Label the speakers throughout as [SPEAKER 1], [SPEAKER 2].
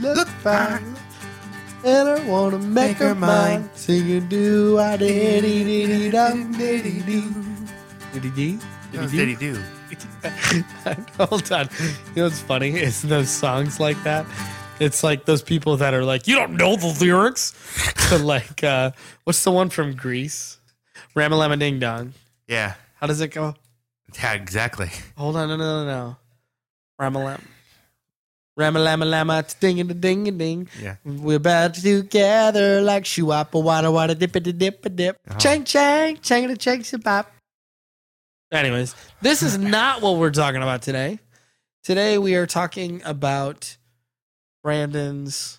[SPEAKER 1] look fine. And I wanna make, her mine. Singing do I diddy diddy dum diddy doo. Diddy dee? Oh,
[SPEAKER 2] That was Diddy Do.
[SPEAKER 1] Hold on. You know what's funny is those songs like that. It's like those people that are like, you don't know the lyrics. but like, uh, what's the one from Greece? Ramalama Ding Dong.
[SPEAKER 2] Yeah.
[SPEAKER 1] How does it go?
[SPEAKER 2] Yeah, exactly.
[SPEAKER 1] Hold on, no, no, no, no. Ramalam. Ramalama lama ding a ding a ding.
[SPEAKER 2] Yeah.
[SPEAKER 1] We're about to gather like shuapa wada wada dip a dip a dip.
[SPEAKER 2] Uh-huh.
[SPEAKER 1] Chang chang chang a chang pop. Anyways, this is not what we're talking about today. Today we are talking about Brandon's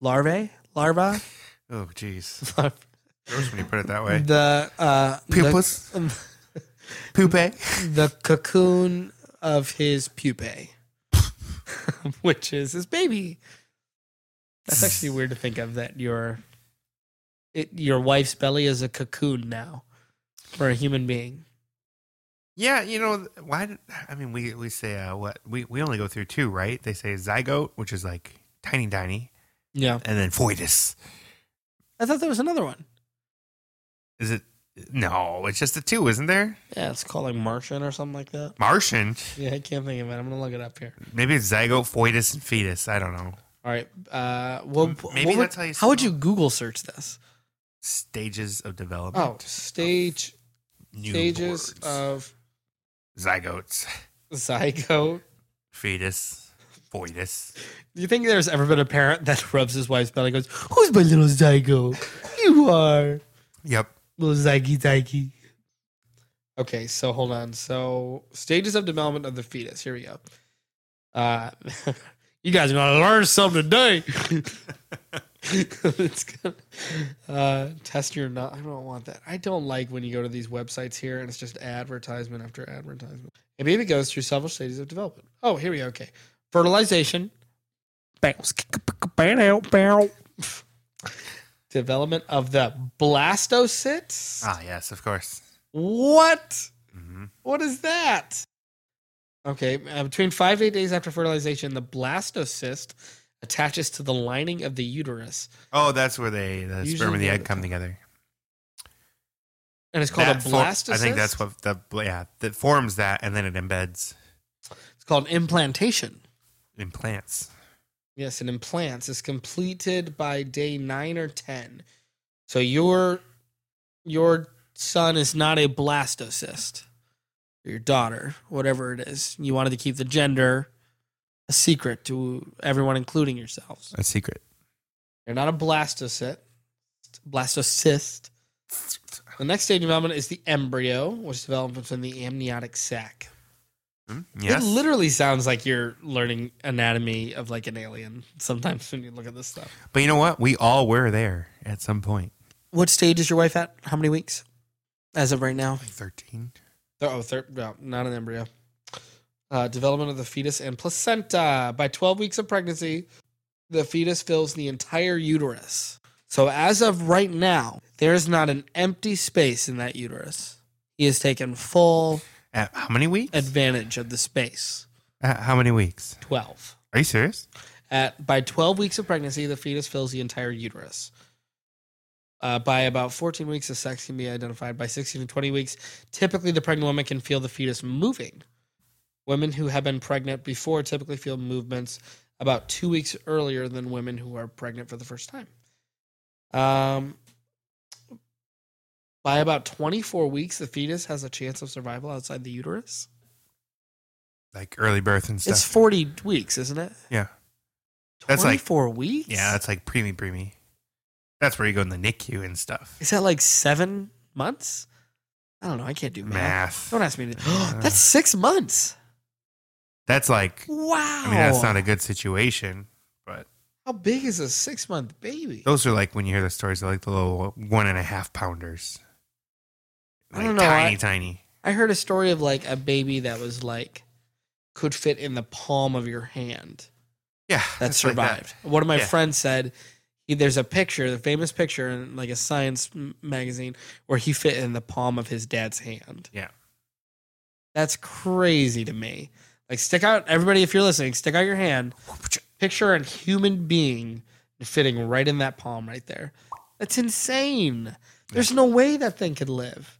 [SPEAKER 1] larvae, larva,
[SPEAKER 2] Oh, jeez. Gross when you put it that way.
[SPEAKER 1] the uh, the-
[SPEAKER 2] Pupus. Poopay.
[SPEAKER 1] the cocoon of his pupae, which is his baby. That's actually weird to think of that your it, your wife's belly is a cocoon now for a human being.
[SPEAKER 2] Yeah, you know why? Did, I mean, we we say uh, what we we only go through two, right? They say zygote, which is like tiny, tiny,
[SPEAKER 1] Yeah,
[SPEAKER 2] and then foetus.
[SPEAKER 1] I thought there was another one.
[SPEAKER 2] Is it? No, it's just the two, isn't there?
[SPEAKER 1] Yeah, it's called like Martian or something like that.
[SPEAKER 2] Martian.
[SPEAKER 1] Yeah, I can't think of it. I'm gonna look it up here.
[SPEAKER 2] Maybe it's zygote, foetus, and fetus. I don't know.
[SPEAKER 1] All right. Uh, well,
[SPEAKER 2] M- maybe
[SPEAKER 1] what would-
[SPEAKER 2] that's how you
[SPEAKER 1] how would you
[SPEAKER 2] spell
[SPEAKER 1] Google search this?
[SPEAKER 2] Stages of development.
[SPEAKER 1] Oh, stage
[SPEAKER 2] Newborns.
[SPEAKER 1] Oh, stages of
[SPEAKER 2] zygotes,
[SPEAKER 1] zygote.
[SPEAKER 2] fetus, foetus.
[SPEAKER 1] Do you think there's ever been a parent that rubs his wife's belly and goes, Who's my little zygote? You are.
[SPEAKER 2] Yep.
[SPEAKER 1] Little zygy zygy. Okay, so hold on. So, stages of development of the fetus. Here we go. Uh, you guys are going to learn something today. it's gonna, uh, test your not. I don't want that. I don't like when you go to these websites here and it's just advertisement after advertisement. A baby goes through several stages of development. Oh, here we go. Okay. Fertilization. Bounce, kick, kick, kick, bow, bow. Development of the blastocysts.
[SPEAKER 2] Ah, yes, of course.
[SPEAKER 1] What?
[SPEAKER 2] hmm
[SPEAKER 1] What is that? Okay, uh, between five to eight days after fertilization, the blastocyst attaches to the lining of the uterus,
[SPEAKER 2] Oh, that's where they the sperm
[SPEAKER 1] Usually
[SPEAKER 2] and the
[SPEAKER 1] they-
[SPEAKER 2] egg come together.
[SPEAKER 1] and it's called
[SPEAKER 2] That
[SPEAKER 1] a
[SPEAKER 2] for-
[SPEAKER 1] blastocyst.
[SPEAKER 2] I think that's what the yeah that forms that, and then it embeds,
[SPEAKER 1] it's called implantation.
[SPEAKER 2] implants.
[SPEAKER 1] Yes, it implants. It's completed by day nine or ten. So your your son is not a blastocyst. Or your daughter, whatever it is, you wanted to keep the gender a secret to everyone, including yourselves.
[SPEAKER 2] A secret.
[SPEAKER 1] You're not a blastocyst. Blastocyst. The next stage of development is the embryo, which develops in the amniotic sac.
[SPEAKER 2] Mm, yes.
[SPEAKER 1] It literally sounds like you're learning anatomy of like an alien sometimes when you look at this stuff.
[SPEAKER 2] but you know what? We all were there at some point.
[SPEAKER 1] What stage is your wife at? How many weeks? As of right now?
[SPEAKER 2] Like thirteen.
[SPEAKER 1] Oh, thir- no, not an embryo. Uh, development of the fetus and placenta. By 12 weeks of pregnancy, the fetus fills the entire uterus. So, as of right now, there is not an empty space in that uterus. He has taken full
[SPEAKER 2] At how many weeks?
[SPEAKER 1] advantage of the space.
[SPEAKER 2] At how many weeks?
[SPEAKER 1] 12.
[SPEAKER 2] Are you serious?
[SPEAKER 1] At by 12 weeks of pregnancy, the fetus fills the entire uterus. Uh, by about 14 weeks, the sex can be identified. By 16 to 20 weeks, typically the pregnant woman can feel the fetus moving. Women who have been pregnant before typically feel movements about two weeks earlier than women who are pregnant for the first time. Um, by about 24 weeks, the fetus has a chance of survival outside the uterus.
[SPEAKER 2] Like early birth and stuff.
[SPEAKER 1] It's 40 weeks, isn't it?
[SPEAKER 2] yeah. That's like-
[SPEAKER 1] 24 weeks?
[SPEAKER 2] Yeah, that's like preemie preemie. That's where you go in the NICU and stuff.
[SPEAKER 1] Is that like seven months? I don't know. I can't do math.
[SPEAKER 2] Math.
[SPEAKER 1] Don't ask me to. that's six months.
[SPEAKER 2] That's like
[SPEAKER 1] Wow.
[SPEAKER 2] I mean, that's not a good situation. But
[SPEAKER 1] How big is a six month baby?
[SPEAKER 2] those are like when you hear the stories, they're like the little one and a half pounders.
[SPEAKER 1] I don't know,
[SPEAKER 2] Tiny,
[SPEAKER 1] I-
[SPEAKER 2] tiny.
[SPEAKER 1] I heard a story of like a baby that was like could fit in the palm of your hand
[SPEAKER 2] Yeah.
[SPEAKER 1] that
[SPEAKER 2] it's like
[SPEAKER 1] survived. One of my
[SPEAKER 2] Yeah.
[SPEAKER 1] friends said he, there's a picture, the famous picture in like a science m- magazine where he fit in the palm of his dad's hand.
[SPEAKER 2] Yeah.
[SPEAKER 1] That's crazy to me. Like stick out everybody if you're listening, stick out your hand. Picture a human being fitting right in that palm right there. That's insane. There's no way that thing could live.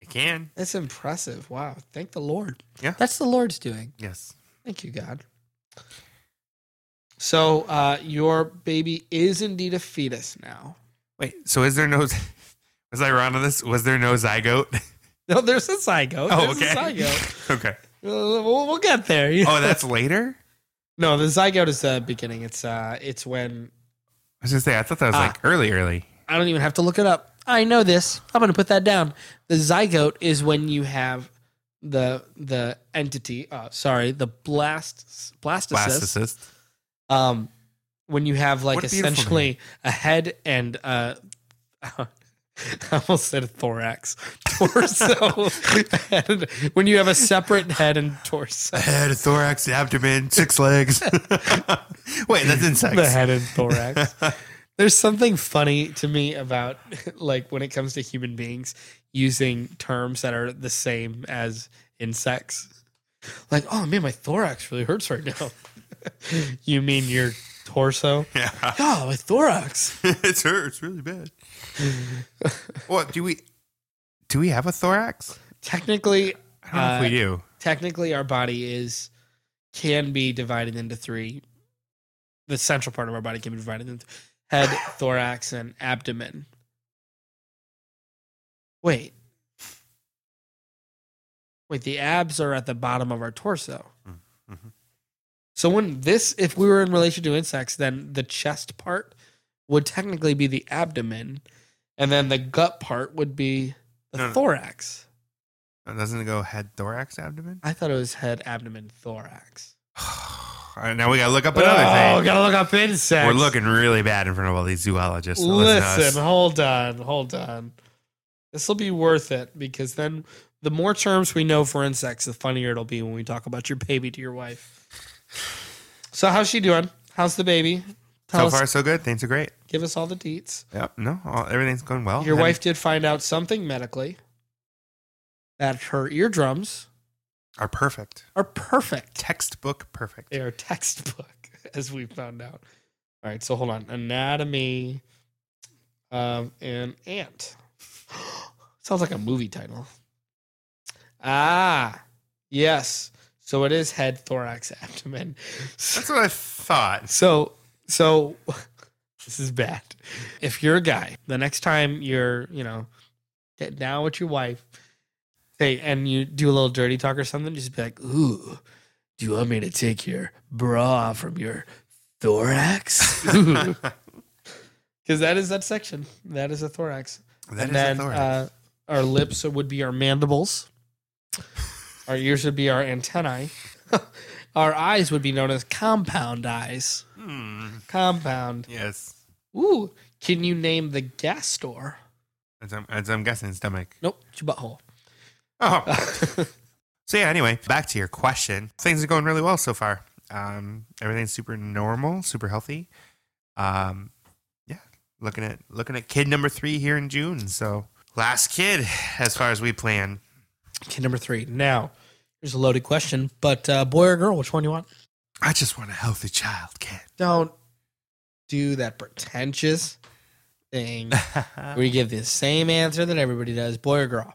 [SPEAKER 2] It can.
[SPEAKER 1] That's impressive. Wow. Thank the Lord.
[SPEAKER 2] Yeah.
[SPEAKER 1] That's the Lord's doing.
[SPEAKER 2] Yes.
[SPEAKER 1] Thank you, God. So uh your baby is indeed a fetus now.
[SPEAKER 2] Wait. So is there no? Was I wrong on this? Was there no zygote?
[SPEAKER 1] No, there's a zygote.
[SPEAKER 2] Oh,
[SPEAKER 1] There's a
[SPEAKER 2] okay.
[SPEAKER 1] zygote.
[SPEAKER 2] okay.
[SPEAKER 1] Uh, We'll, we'll get there. You
[SPEAKER 2] Oh,
[SPEAKER 1] know?
[SPEAKER 2] that's later.
[SPEAKER 1] No, the zygote is the beginning. It's uh, it's when
[SPEAKER 2] I was gonna say I thought that was
[SPEAKER 1] Ah.
[SPEAKER 2] like early, early.
[SPEAKER 1] I don't even have to look it up. I know this. I'm gonna put that down. The zygote is when you have the the entity. Uh, sorry, the blast blastocyst.
[SPEAKER 2] Blastocyst.
[SPEAKER 1] Um, when you have like
[SPEAKER 2] What a beautiful
[SPEAKER 1] essentially a head and uh, I almost said a thorax torso. And when you have a separate head and torso.
[SPEAKER 2] Head, thorax, abdomen, six legs. Wait, that's insects.
[SPEAKER 1] the head and thorax. There's something funny to me about like when it comes to human beings using terms that are the same as insects. Like, oh man, my thorax really hurts right now. you mean your torso?
[SPEAKER 2] Yeah,
[SPEAKER 1] Oh, my thorax.
[SPEAKER 2] it's hurts really bad. what do we? Do we have a thorax?
[SPEAKER 1] Technically, uh,
[SPEAKER 2] I don't know if we do.
[SPEAKER 1] technically our body is can be divided into three. The central part of our body can be divided into head, thorax, and abdomen. Wait. Wait, the abs are at the bottom of our torso.
[SPEAKER 2] Mm, mhm.
[SPEAKER 1] So when this if we were in relation to insects, then the chest part would technically be the abdomen, and then the gut part would be the
[SPEAKER 2] No, no.
[SPEAKER 1] thorax.
[SPEAKER 2] Uh, Doesn't it go head, thorax, abdomen?
[SPEAKER 1] I thought it was head, abdomen, thorax.
[SPEAKER 2] All right, now we gotta look
[SPEAKER 1] Oh,
[SPEAKER 2] up another thing.
[SPEAKER 1] gotta look up insects.
[SPEAKER 2] We're looking really bad in front of all these zoologists. that listen to us.
[SPEAKER 1] Listen, hold on, hold on. This will be worth it because then the more terms we know for insects, the funnier it'll be when we talk about your baby to your wife. So how's she doing? How's the baby? Tell
[SPEAKER 2] so
[SPEAKER 1] us,
[SPEAKER 2] far so good. Things are great.
[SPEAKER 1] give us all the deets.
[SPEAKER 2] Yep. No, all, everything's going well.
[SPEAKER 1] Your
[SPEAKER 2] Had-
[SPEAKER 1] wife did find out something medically that her eardrums
[SPEAKER 2] are perfect.
[SPEAKER 1] are perfect.
[SPEAKER 2] Textbook perfect.
[SPEAKER 1] They are textbook, as we found out. All right, so hold on. Anatomy of an ant. Sounds like a movie title. Ah, yes. So it is head, thorax, abdomen.
[SPEAKER 2] That's what I thought.
[SPEAKER 1] So, so this is bad. If you're a guy, the next time you're, you know, getting down with your wife, say, and you do a little dirty talk or something, just be like, "Ooh, do you want me to take your bra from your thorax?" Because that is that section. That is a thorax.
[SPEAKER 2] That
[SPEAKER 1] and
[SPEAKER 2] is
[SPEAKER 1] then
[SPEAKER 2] a thorax.
[SPEAKER 1] uh, our lips would be our mandibles. our ears would be our antennae. our eyes would be known as compound eyes.
[SPEAKER 2] Hmm.
[SPEAKER 1] Compound.
[SPEAKER 2] Yes.
[SPEAKER 1] Ooh, can you name the gas store?
[SPEAKER 2] As I'm, as I'm guessing, stomach.
[SPEAKER 1] Nope, it's your butthole.
[SPEAKER 2] Oh. So yeah. Anyway, back to your question. Things are going really well so far. Um, everything's super normal, super healthy. Um, yeah. Looking at looking at kid number three here in June. So last kid, as far as we plan.
[SPEAKER 1] Kid number three. Now, here's a loaded question, but uh, boy or girl, which one you want?
[SPEAKER 2] I just want a healthy child, kid.
[SPEAKER 1] Don't do that pretentious thing where
[SPEAKER 2] I
[SPEAKER 1] you give the same answer that everybody does, boy or girl.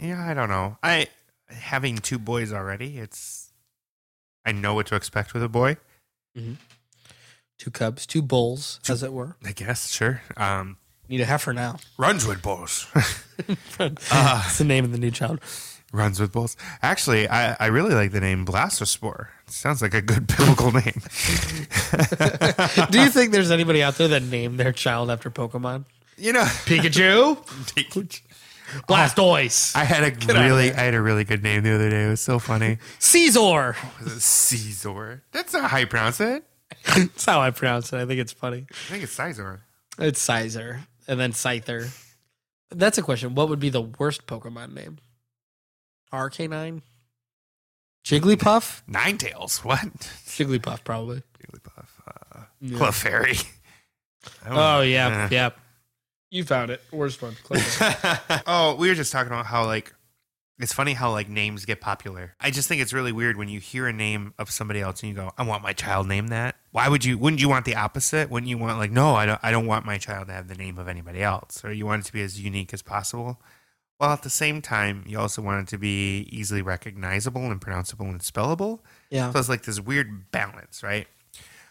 [SPEAKER 2] yeah. I don't know. I having two boys already. It's I know what to expect with a boy.
[SPEAKER 1] Two cubs, two bulls, as it were.
[SPEAKER 2] I guess sure. Um,
[SPEAKER 1] Need a heifer now.
[SPEAKER 2] runs with bulls.
[SPEAKER 1] That's the name of the new child.
[SPEAKER 2] Runs with bulls. Actually, I, I really like the name Blastospore. It sounds like a good biblical name.
[SPEAKER 1] Do you think there's anybody out there that named their child after Pokemon?
[SPEAKER 2] you know,
[SPEAKER 1] Pikachu? Blastoise.
[SPEAKER 2] I had a
[SPEAKER 1] out of
[SPEAKER 2] really I had a really good name the other day. It was so funny.
[SPEAKER 1] Caesar.
[SPEAKER 2] Was it Caesar? That's not how you pronounce it.
[SPEAKER 1] That's how I pronounce it. I think it's funny.
[SPEAKER 2] I think it's Caesar.
[SPEAKER 1] It's Sizer and then Scyther. That's a question. What would be the worst Pokemon name? RK9? Jigglypuff?
[SPEAKER 2] Nine tails. What?
[SPEAKER 1] Jigglypuff, probably.
[SPEAKER 2] Jigglypuff. Uh,
[SPEAKER 1] Yeah.
[SPEAKER 2] Clefairy. I
[SPEAKER 1] Oh,
[SPEAKER 2] don't know.
[SPEAKER 1] yeah. Yeah. You found it. Worst one. Clefairy.
[SPEAKER 2] oh, we were just talking about how like It's funny how like names get popular. I just think it's really weird when you hear a name of somebody else and you go, "I want my child named that." Why would you? Wouldn't you want the opposite? Wouldn't you want like, "No, I don't. I don't want my child to have the name of anybody else," or you want it to be as unique as possible. Well, at the same time, you also want it to be easily recognizable and pronounceable and spellable.
[SPEAKER 1] Yeah.
[SPEAKER 2] So it's like this weird balance, right?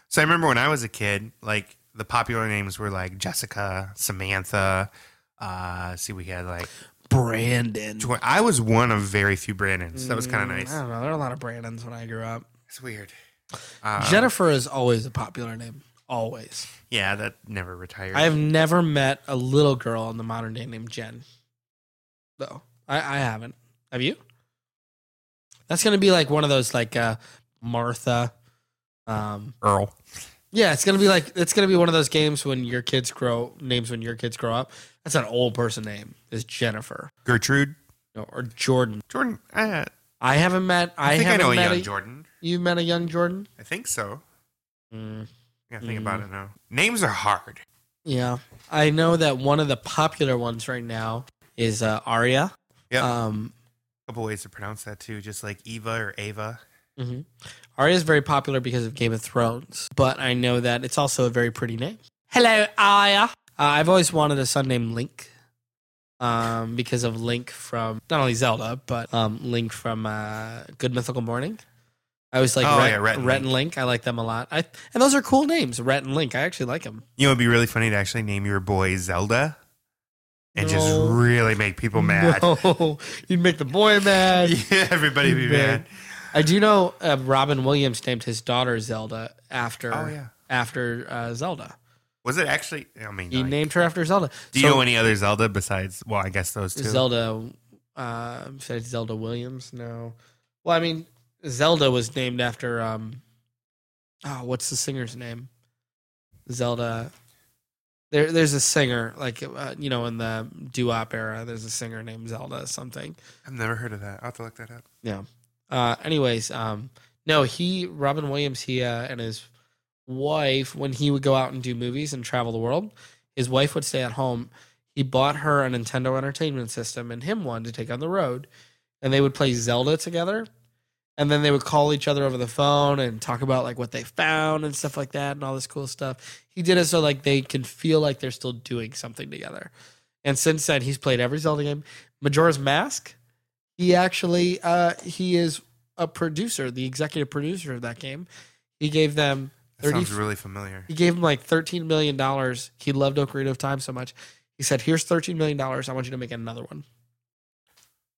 [SPEAKER 2] So I remember when I was a kid, like the popular names were like Jessica, Samantha. Uh, see, we had like
[SPEAKER 1] Brandon.
[SPEAKER 2] tw- I was one of very few Brandons. that was kind of
[SPEAKER 1] Mm,
[SPEAKER 2] nice.
[SPEAKER 1] I don't know. There were a lot of Brandons when I grew up.
[SPEAKER 2] It's weird.
[SPEAKER 1] Um,
[SPEAKER 2] Uh,
[SPEAKER 1] Jennifer is always a popular name. Always.
[SPEAKER 2] yeah, that never retired.
[SPEAKER 1] I have never met a little girl in the modern day named Jen. Though I, I haven't. Have you? That's gonna be like one of those like uh, Martha. Um,
[SPEAKER 2] Earl.
[SPEAKER 1] yeah, it's gonna be like it's gonna be one of those games when your kids grow names when your kids grow up. That's an old person name is Jennifer
[SPEAKER 2] Gertrude.
[SPEAKER 1] No, or Jordan.
[SPEAKER 2] Jordan. Uh,
[SPEAKER 1] I haven't met. I,
[SPEAKER 2] I, think I
[SPEAKER 1] haven't
[SPEAKER 2] know a
[SPEAKER 1] met
[SPEAKER 2] young
[SPEAKER 1] a,
[SPEAKER 2] Jordan.
[SPEAKER 1] You met a young Jordan?
[SPEAKER 2] I think so.
[SPEAKER 1] Mm,
[SPEAKER 2] Yeah, think
[SPEAKER 1] Mm.
[SPEAKER 2] about it now. Names are hard.
[SPEAKER 1] yeah, I know that one of the popular ones right now is uh, Aria.
[SPEAKER 2] Yep.
[SPEAKER 1] Um,
[SPEAKER 2] A couple ways to pronounce that too, just like Eva or Ava.
[SPEAKER 1] Mm-hmm. Arya is very popular because of Game of Thrones, but I know that it's also a very pretty name. Hello, Arya. Uh, I've always wanted a son named Link, um, because of Link from not only Zelda, but um, Link from uh, Good Mythical Morning. I always like
[SPEAKER 2] Oh,
[SPEAKER 1] Rhett,
[SPEAKER 2] yeah, Rhett and
[SPEAKER 1] Rhett and Link. I like them a lot. I and those are cool names, Rhett and Link. I actually like them.
[SPEAKER 2] You know, it'd be really funny to actually name your boy Zelda, and just
[SPEAKER 1] No.
[SPEAKER 2] really make people mad.
[SPEAKER 1] No, you'd make the boy mad.
[SPEAKER 2] yeah, everybody would be
[SPEAKER 1] Man.
[SPEAKER 2] mad.
[SPEAKER 1] I do know uh, Robin Williams named his daughter Zelda after
[SPEAKER 2] Oh yeah.
[SPEAKER 1] after uh, Zelda.
[SPEAKER 2] Was it actually? I mean,
[SPEAKER 1] He
[SPEAKER 2] like,
[SPEAKER 1] named her after Zelda.
[SPEAKER 2] do you know any other Zelda besides? Well, I guess those two.
[SPEAKER 1] Zelda? Uh, besides Zelda Williams, no. Well, I mean, Zelda was named after um, oh, what's the singer's name? Zelda. There, there's a singer like uh, you know in the doo-wop era. There's a singer named Zelda something.
[SPEAKER 2] I've never heard of that. I'll have to look that up.
[SPEAKER 1] Uh, anyways, um, no, he Robin Williams, he uh, and his wife, when he would go out and do movies and travel the world, his wife would stay at home. He bought her a Nintendo Entertainment System and him one to take on the road, and they would play Zelda together. And then they would call each other over the phone and talk about like what they found and stuff like that and all this cool stuff. He did it so like they can feel like they're still doing something together. And since then, he's played every Zelda game. Majora's Mask, he actually uh, he is a producer, the executive producer of that game. He gave them
[SPEAKER 2] That
[SPEAKER 1] 30
[SPEAKER 2] sounds really familiar.
[SPEAKER 1] he gave him like thirteen million dollars. He loved Ocarina of Time so much. He said, "Here's thirteen million dollars. I want you to make another one."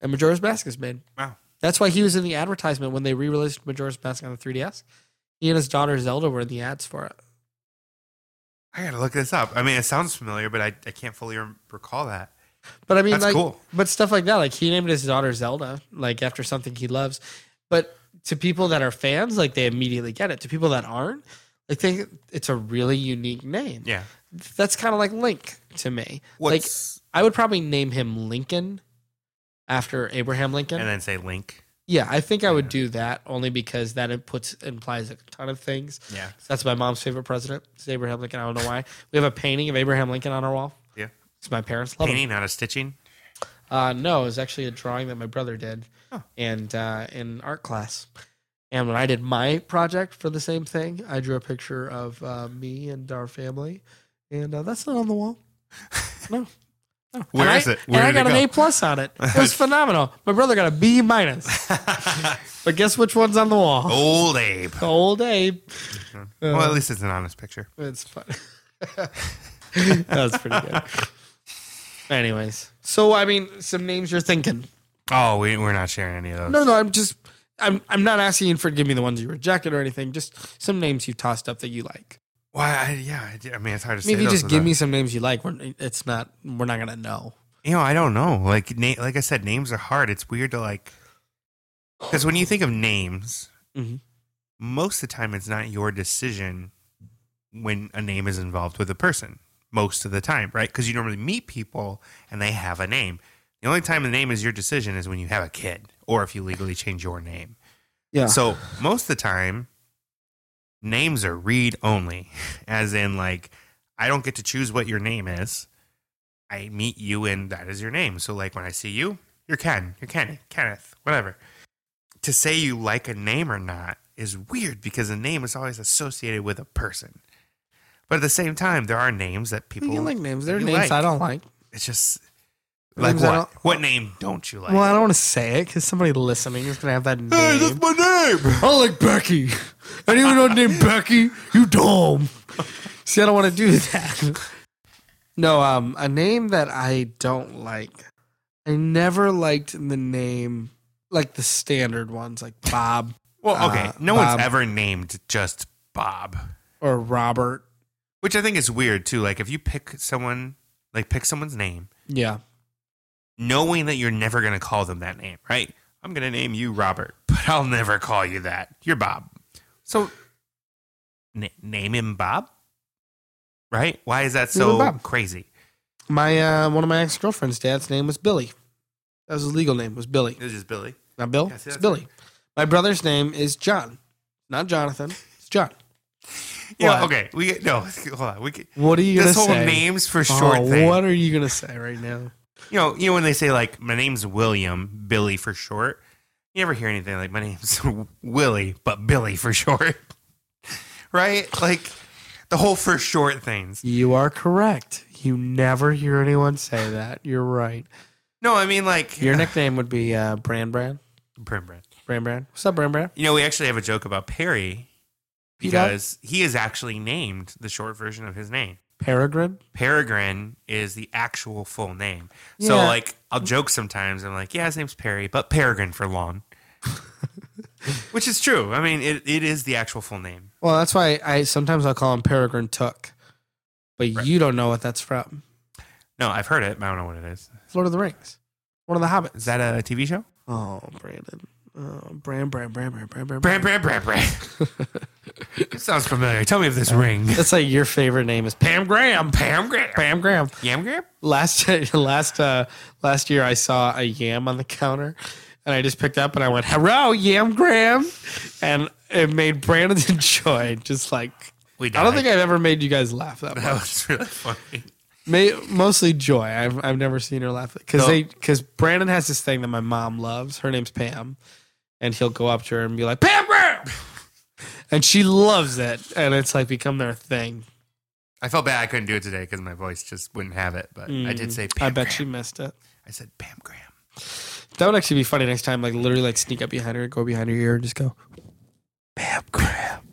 [SPEAKER 1] And Majora's Mask is made.
[SPEAKER 2] Wow.
[SPEAKER 1] That's why he was in the advertisement when they re-released Majora's Mask on the 3DS. He and his daughter Zelda were in the ads for it.
[SPEAKER 2] I gotta look this up. I mean, it sounds familiar, but I, I can't fully rem- recall that.
[SPEAKER 1] But I mean,
[SPEAKER 2] That's
[SPEAKER 1] like,
[SPEAKER 2] cool.
[SPEAKER 1] but stuff like that. Like he named his daughter Zelda, like after something he loves. But to people that are fans, like they immediately get it. To people that aren't, like they, it's a really unique name.
[SPEAKER 2] Yeah.
[SPEAKER 1] That's kind of like Link to me. like
[SPEAKER 2] What's
[SPEAKER 1] I would probably name him Lincoln after Abraham Lincoln.
[SPEAKER 2] and then say Link.
[SPEAKER 1] yeah, I think I would
[SPEAKER 2] Yeah.
[SPEAKER 1] do that only because that it puts implies a ton of things.
[SPEAKER 2] Yeah.
[SPEAKER 1] That's my mom's favorite president. It's Abraham Lincoln. I don't know why. We have a painting of Abraham Lincoln on our wall.
[SPEAKER 2] Yeah.
[SPEAKER 1] 'Cause my parents love him.
[SPEAKER 2] Painting, not a stitching.
[SPEAKER 1] Uh, no, it was actually a drawing that my brother did,
[SPEAKER 2] Oh.
[SPEAKER 1] and uh, in art class. And when I did my project for the same thing, I drew a picture of uh, me and our family, and uh, that's not on the wall. No. no.
[SPEAKER 2] Where
[SPEAKER 1] and
[SPEAKER 2] is
[SPEAKER 1] I,
[SPEAKER 2] it? Where
[SPEAKER 1] and I
[SPEAKER 2] did it
[SPEAKER 1] got an
[SPEAKER 2] go?
[SPEAKER 1] A plus on it. It was phenomenal. My brother got a B minus. But guess which one's on the wall?
[SPEAKER 2] Old Abe.
[SPEAKER 1] The old Abe.
[SPEAKER 2] Well,
[SPEAKER 1] Uh.
[SPEAKER 2] at least it's an honest picture.
[SPEAKER 1] It's fun. that was pretty good. Anyways, so I mean, some names you're thinking.
[SPEAKER 2] Oh, we, we're not sharing any of those.
[SPEAKER 1] No, no, I'm just I'm I'm not asking you for give me the ones you rejected or anything. Just some names you tossed up that you like.
[SPEAKER 2] Why? I, yeah, I, d- I mean, it's hard
[SPEAKER 1] I
[SPEAKER 2] to
[SPEAKER 1] mean, if
[SPEAKER 2] say.
[SPEAKER 1] you
[SPEAKER 2] those
[SPEAKER 1] just give
[SPEAKER 2] without-
[SPEAKER 1] me some names you like, we're, it's not we're not gonna know.
[SPEAKER 2] You know, I don't know. Like, na- like I said, names are hard. It's weird to like, because when you think of names,
[SPEAKER 1] Mhm.
[SPEAKER 2] most of the time it's not your decision when a name is involved with a person. Most of the time, right? Because you normally meet people and they have a name. The only time the name is your decision is when you have a kid or if you legally change your name.
[SPEAKER 1] Yeah.
[SPEAKER 2] So most of the time, names are read only, as in like I don't get to choose what your name is. I meet you and that is your name. So like when I see you, You're Ken. You're Kenny. Kenneth. Whatever. To say you like a name or not is weird because a name is always associated with a person. But at the same time, there are names that
[SPEAKER 1] You
[SPEAKER 2] people
[SPEAKER 1] can like names. There are
[SPEAKER 2] you
[SPEAKER 1] names
[SPEAKER 2] like.
[SPEAKER 1] I don't like.
[SPEAKER 2] It's just like
[SPEAKER 1] Names I
[SPEAKER 2] what?
[SPEAKER 1] don't-
[SPEAKER 2] What name don't you like?
[SPEAKER 1] Well, I don't want to say it because somebody listening is gonna have that name.
[SPEAKER 2] hey, that's my name.
[SPEAKER 1] I don't like Becky. Anyone not named Becky, you dumb. See, I don't want to do that. No, um, a name that I don't like. I never liked the name, like the standard ones, like Bob
[SPEAKER 2] Well, okay.
[SPEAKER 1] Uh,
[SPEAKER 2] no
[SPEAKER 1] Bob.
[SPEAKER 2] one's ever named just Bob,
[SPEAKER 1] or Robert.
[SPEAKER 2] which I think is weird too. Like if you pick someone, like pick someone's name,
[SPEAKER 1] Yeah,
[SPEAKER 2] knowing that you're never going to call them that name, right? I'm going to name you Robert, but I'll never call you that. You're Bob. So n- name him Bob, right? Why is that
[SPEAKER 1] Name him
[SPEAKER 2] so
[SPEAKER 1] Bob.
[SPEAKER 2] crazy?
[SPEAKER 1] my uh, one of my ex girlfriend's dad's name was Billy. That was his legal name was Billy.
[SPEAKER 2] It was just Billy.
[SPEAKER 1] Not Bill.
[SPEAKER 2] Yeah, see,
[SPEAKER 1] it's
[SPEAKER 2] that's-
[SPEAKER 1] Billy. My brother's name is John, not Jonathan. It's John.
[SPEAKER 2] Yeah.
[SPEAKER 1] What?
[SPEAKER 2] Okay. We get no. Hold on. We get,
[SPEAKER 1] What are you
[SPEAKER 2] this whole
[SPEAKER 1] gonna say?
[SPEAKER 2] names for short
[SPEAKER 1] oh,
[SPEAKER 2] thing.
[SPEAKER 1] What are you gonna say right now?
[SPEAKER 2] You know. You know when they say like my name's William Billy for short. You never hear anything like my name's Willie but Billy for short, right? Like the whole for short things.
[SPEAKER 1] You are correct. You never hear anyone say that. You're right.
[SPEAKER 2] No, I mean like
[SPEAKER 1] Your nickname would be uh, Bran Bran.
[SPEAKER 2] Brim Brim.
[SPEAKER 1] Bran Bran. What's up, Bran Bran?
[SPEAKER 2] You know, we actually have a joke about Perry
[SPEAKER 1] You got it?
[SPEAKER 2] because he is actually named the short version of his name.
[SPEAKER 1] Peregrine.
[SPEAKER 2] Peregrine is the actual full name. So,
[SPEAKER 1] Yeah.
[SPEAKER 2] like, I'll joke sometimes. I'm like, yeah, his name's Perry, but Peregrine for long. Which is true. I mean, it, it is the actual full name.
[SPEAKER 1] Well, that's why I sometimes I'll call him Peregrine Took, but
[SPEAKER 2] Right.
[SPEAKER 1] you don't know what that's from.
[SPEAKER 2] No, I've heard it, but I don't know what it is.
[SPEAKER 1] Lord of the Rings. One of the Hobbits.
[SPEAKER 2] Is that a TV show?
[SPEAKER 1] Oh, Brandon. Oh, Bran Bran Bran Bran Bran Bran.
[SPEAKER 2] Bram,
[SPEAKER 1] Bran.
[SPEAKER 2] bram, bram, bram. it sounds familiar. Tell me if this ring.
[SPEAKER 1] That's like your favorite name is Pam Graham.
[SPEAKER 2] Pam Graham.
[SPEAKER 1] Pam Graham.
[SPEAKER 2] Yam Graham?
[SPEAKER 1] last last uh last year I saw a yam on the counter and I just picked up and I went, Hello, yam gram and it made Brandon's joy just like
[SPEAKER 2] We
[SPEAKER 1] I don't
[SPEAKER 2] died.
[SPEAKER 1] think I've ever made you guys laugh that
[SPEAKER 2] that
[SPEAKER 1] much.
[SPEAKER 2] was really funny.
[SPEAKER 1] May, mostly joy. I've I've never seen her laugh because
[SPEAKER 2] No.
[SPEAKER 1] they because Brandon has this thing that my mom loves. Her name's Pam, and he'll go up to her and be like Pam Graham, and she loves it, and it's like become their thing.
[SPEAKER 2] I felt bad I couldn't do it today because my voice just wouldn't have it. But Mm, I did say Pam
[SPEAKER 1] I bet she
[SPEAKER 2] Graham.
[SPEAKER 1] missed it.
[SPEAKER 2] I said Pam Graham.
[SPEAKER 1] That would actually be funny next time. Like literally, like sneak up behind her, go behind her ear, and just go.
[SPEAKER 2] Pam Graham.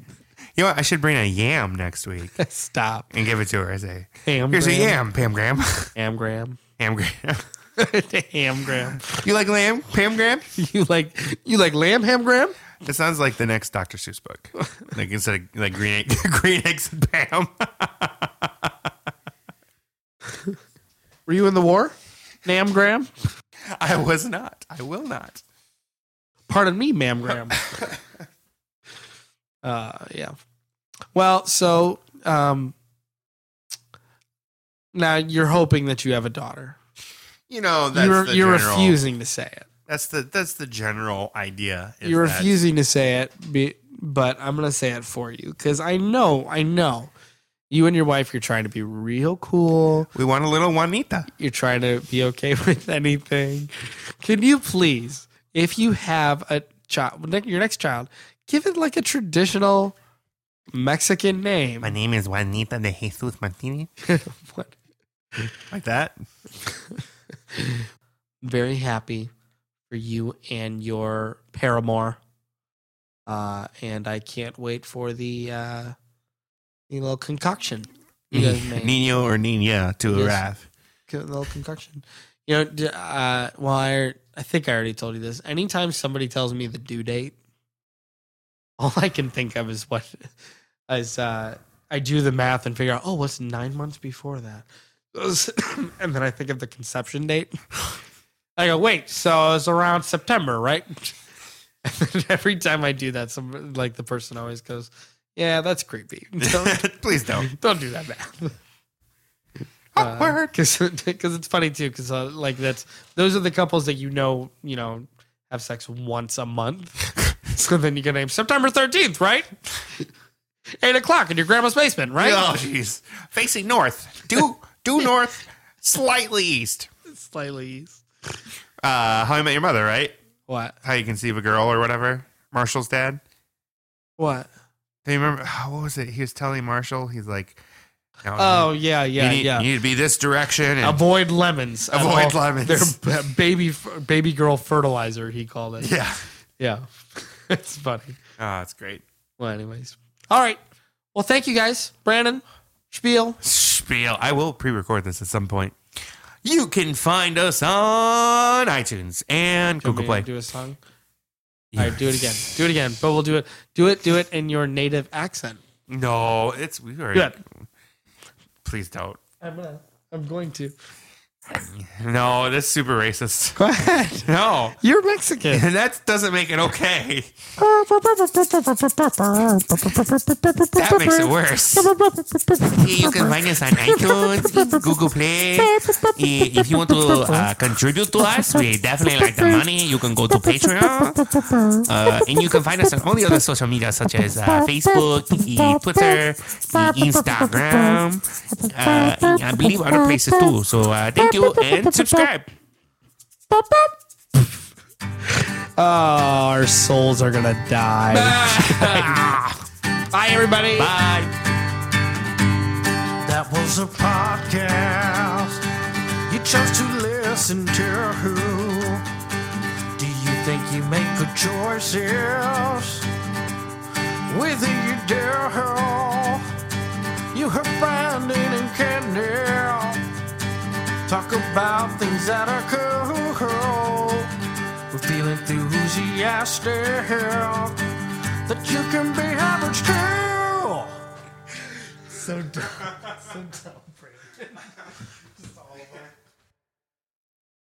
[SPEAKER 2] You know what? I should bring a yam next week
[SPEAKER 1] Stop.
[SPEAKER 2] and give it to her. I say,
[SPEAKER 1] Ham.
[SPEAKER 2] here's
[SPEAKER 1] gram.
[SPEAKER 2] a yam, Pam Graham.
[SPEAKER 1] Ham gram.
[SPEAKER 2] Pam Graham.
[SPEAKER 1] ham gram.
[SPEAKER 2] You like lamb, Pam Graham?
[SPEAKER 1] You like you like lamb ham gram?
[SPEAKER 2] That sounds like the next Dr. Seuss book. Like instead of like green, egg, green eggs and Pam.
[SPEAKER 1] Were you in the war? Nam gram.
[SPEAKER 2] I was not. I will not.
[SPEAKER 1] Pardon me, mam gram. uh, yeah. Well, so um, now you're hoping that you have a daughter.
[SPEAKER 2] You know that's
[SPEAKER 1] You're
[SPEAKER 2] the
[SPEAKER 1] you're
[SPEAKER 2] general,
[SPEAKER 1] refusing to say it.
[SPEAKER 2] That's the that's the general idea. is
[SPEAKER 1] You're
[SPEAKER 2] that-
[SPEAKER 1] refusing to say it, be- but I'm gonna say it for you because I know, I know, you and your wife, you're trying to be real cool.
[SPEAKER 2] We want a little Juanita.
[SPEAKER 1] You're trying to be okay with anything. Can you please, if you have a child, ne- your next child, give it like a traditional Mexican name?
[SPEAKER 2] My name is Juanita de Jesus Martinez.
[SPEAKER 1] What?
[SPEAKER 2] Like that.
[SPEAKER 1] Very happy for you and your paramour. Uh, and I can't wait for the uh, the little concoction you guys made.
[SPEAKER 2] Nino or Nina to
[SPEAKER 1] Yes.
[SPEAKER 2] arrive.
[SPEAKER 1] co- the little concoction. You know, d- uh, well, I, I think I already told you this. Anytime somebody tells me the due date, all I can think of is what, as uh, I do the math and figure out, oh, what's nine months before that? and then I think of the conception date. I go, wait, so it's around September, right? And then every time I do that, some like the person always goes, "Yeah, that's creepy. Don't,
[SPEAKER 2] Please don't.
[SPEAKER 1] don't do that math." Uh,
[SPEAKER 2] Awkward.
[SPEAKER 1] because it's funny too because uh, like that's those are the couples that you know you know have sex once a month so then you can name september 13th right 8 o'clock in your grandma's basement right
[SPEAKER 2] Oh, jeez. Facing north. Due, due north, slightly east.
[SPEAKER 1] slightly east
[SPEAKER 2] Uh, How I Met Your Mother, right?
[SPEAKER 1] What?
[SPEAKER 2] How you conceive a girl or whatever. Marshall's dad.
[SPEAKER 1] What?
[SPEAKER 2] Do you remember? oh, What was it? He was telling Marshall, he's like, no,
[SPEAKER 1] Oh yeah, yeah,
[SPEAKER 2] you need,
[SPEAKER 1] yeah.
[SPEAKER 2] You need to be this direction. And,
[SPEAKER 1] Avoid lemons. at
[SPEAKER 2] Avoid
[SPEAKER 1] all-
[SPEAKER 2] lemons.
[SPEAKER 1] They're b- baby f- baby girl fertilizer. He called it.
[SPEAKER 2] yeah.
[SPEAKER 1] Yeah, it's funny.
[SPEAKER 2] Oh, it's great.
[SPEAKER 1] Well, anyways, all right. Well, thank you guys, Brandon, Spiel.
[SPEAKER 2] spiel. I will pre record this at some point. You can find us on iTunes and
[SPEAKER 1] Do you want me
[SPEAKER 2] Google
[SPEAKER 1] to
[SPEAKER 2] Play.
[SPEAKER 1] Do a song.
[SPEAKER 2] Yeah.
[SPEAKER 1] All right, do it again. Do it again. But we'll do it. Do it. Do it in your native accent.
[SPEAKER 2] No, it's we already.
[SPEAKER 1] Good.
[SPEAKER 2] Please don't.
[SPEAKER 1] I'm gonna. I'm going to.
[SPEAKER 2] No, that's super racist.
[SPEAKER 1] Go ahead.
[SPEAKER 2] No,
[SPEAKER 1] You're Mexican.
[SPEAKER 2] and that doesn't make it okay. That
[SPEAKER 3] That
[SPEAKER 2] makes it worse. You can find us on iTunes, Google Play. Eh, If you want to uh, contribute to us, we definitely like the money. You can go to Patreon. Uh, and you can find us on all the other social media such as uh, Facebook, eh, Twitter, eh, Instagram, uh, and I believe other places too. So uh, thank you and subscribe.
[SPEAKER 1] Oh, our souls are gonna die. Bye, everybody.
[SPEAKER 2] Bye.
[SPEAKER 4] That was a podcast you chose to listen to. Do you think you make good choices? Whether you do, you have Brandon and Candy. Talk about things that are cool. We feel enthusiastic that you can be average too.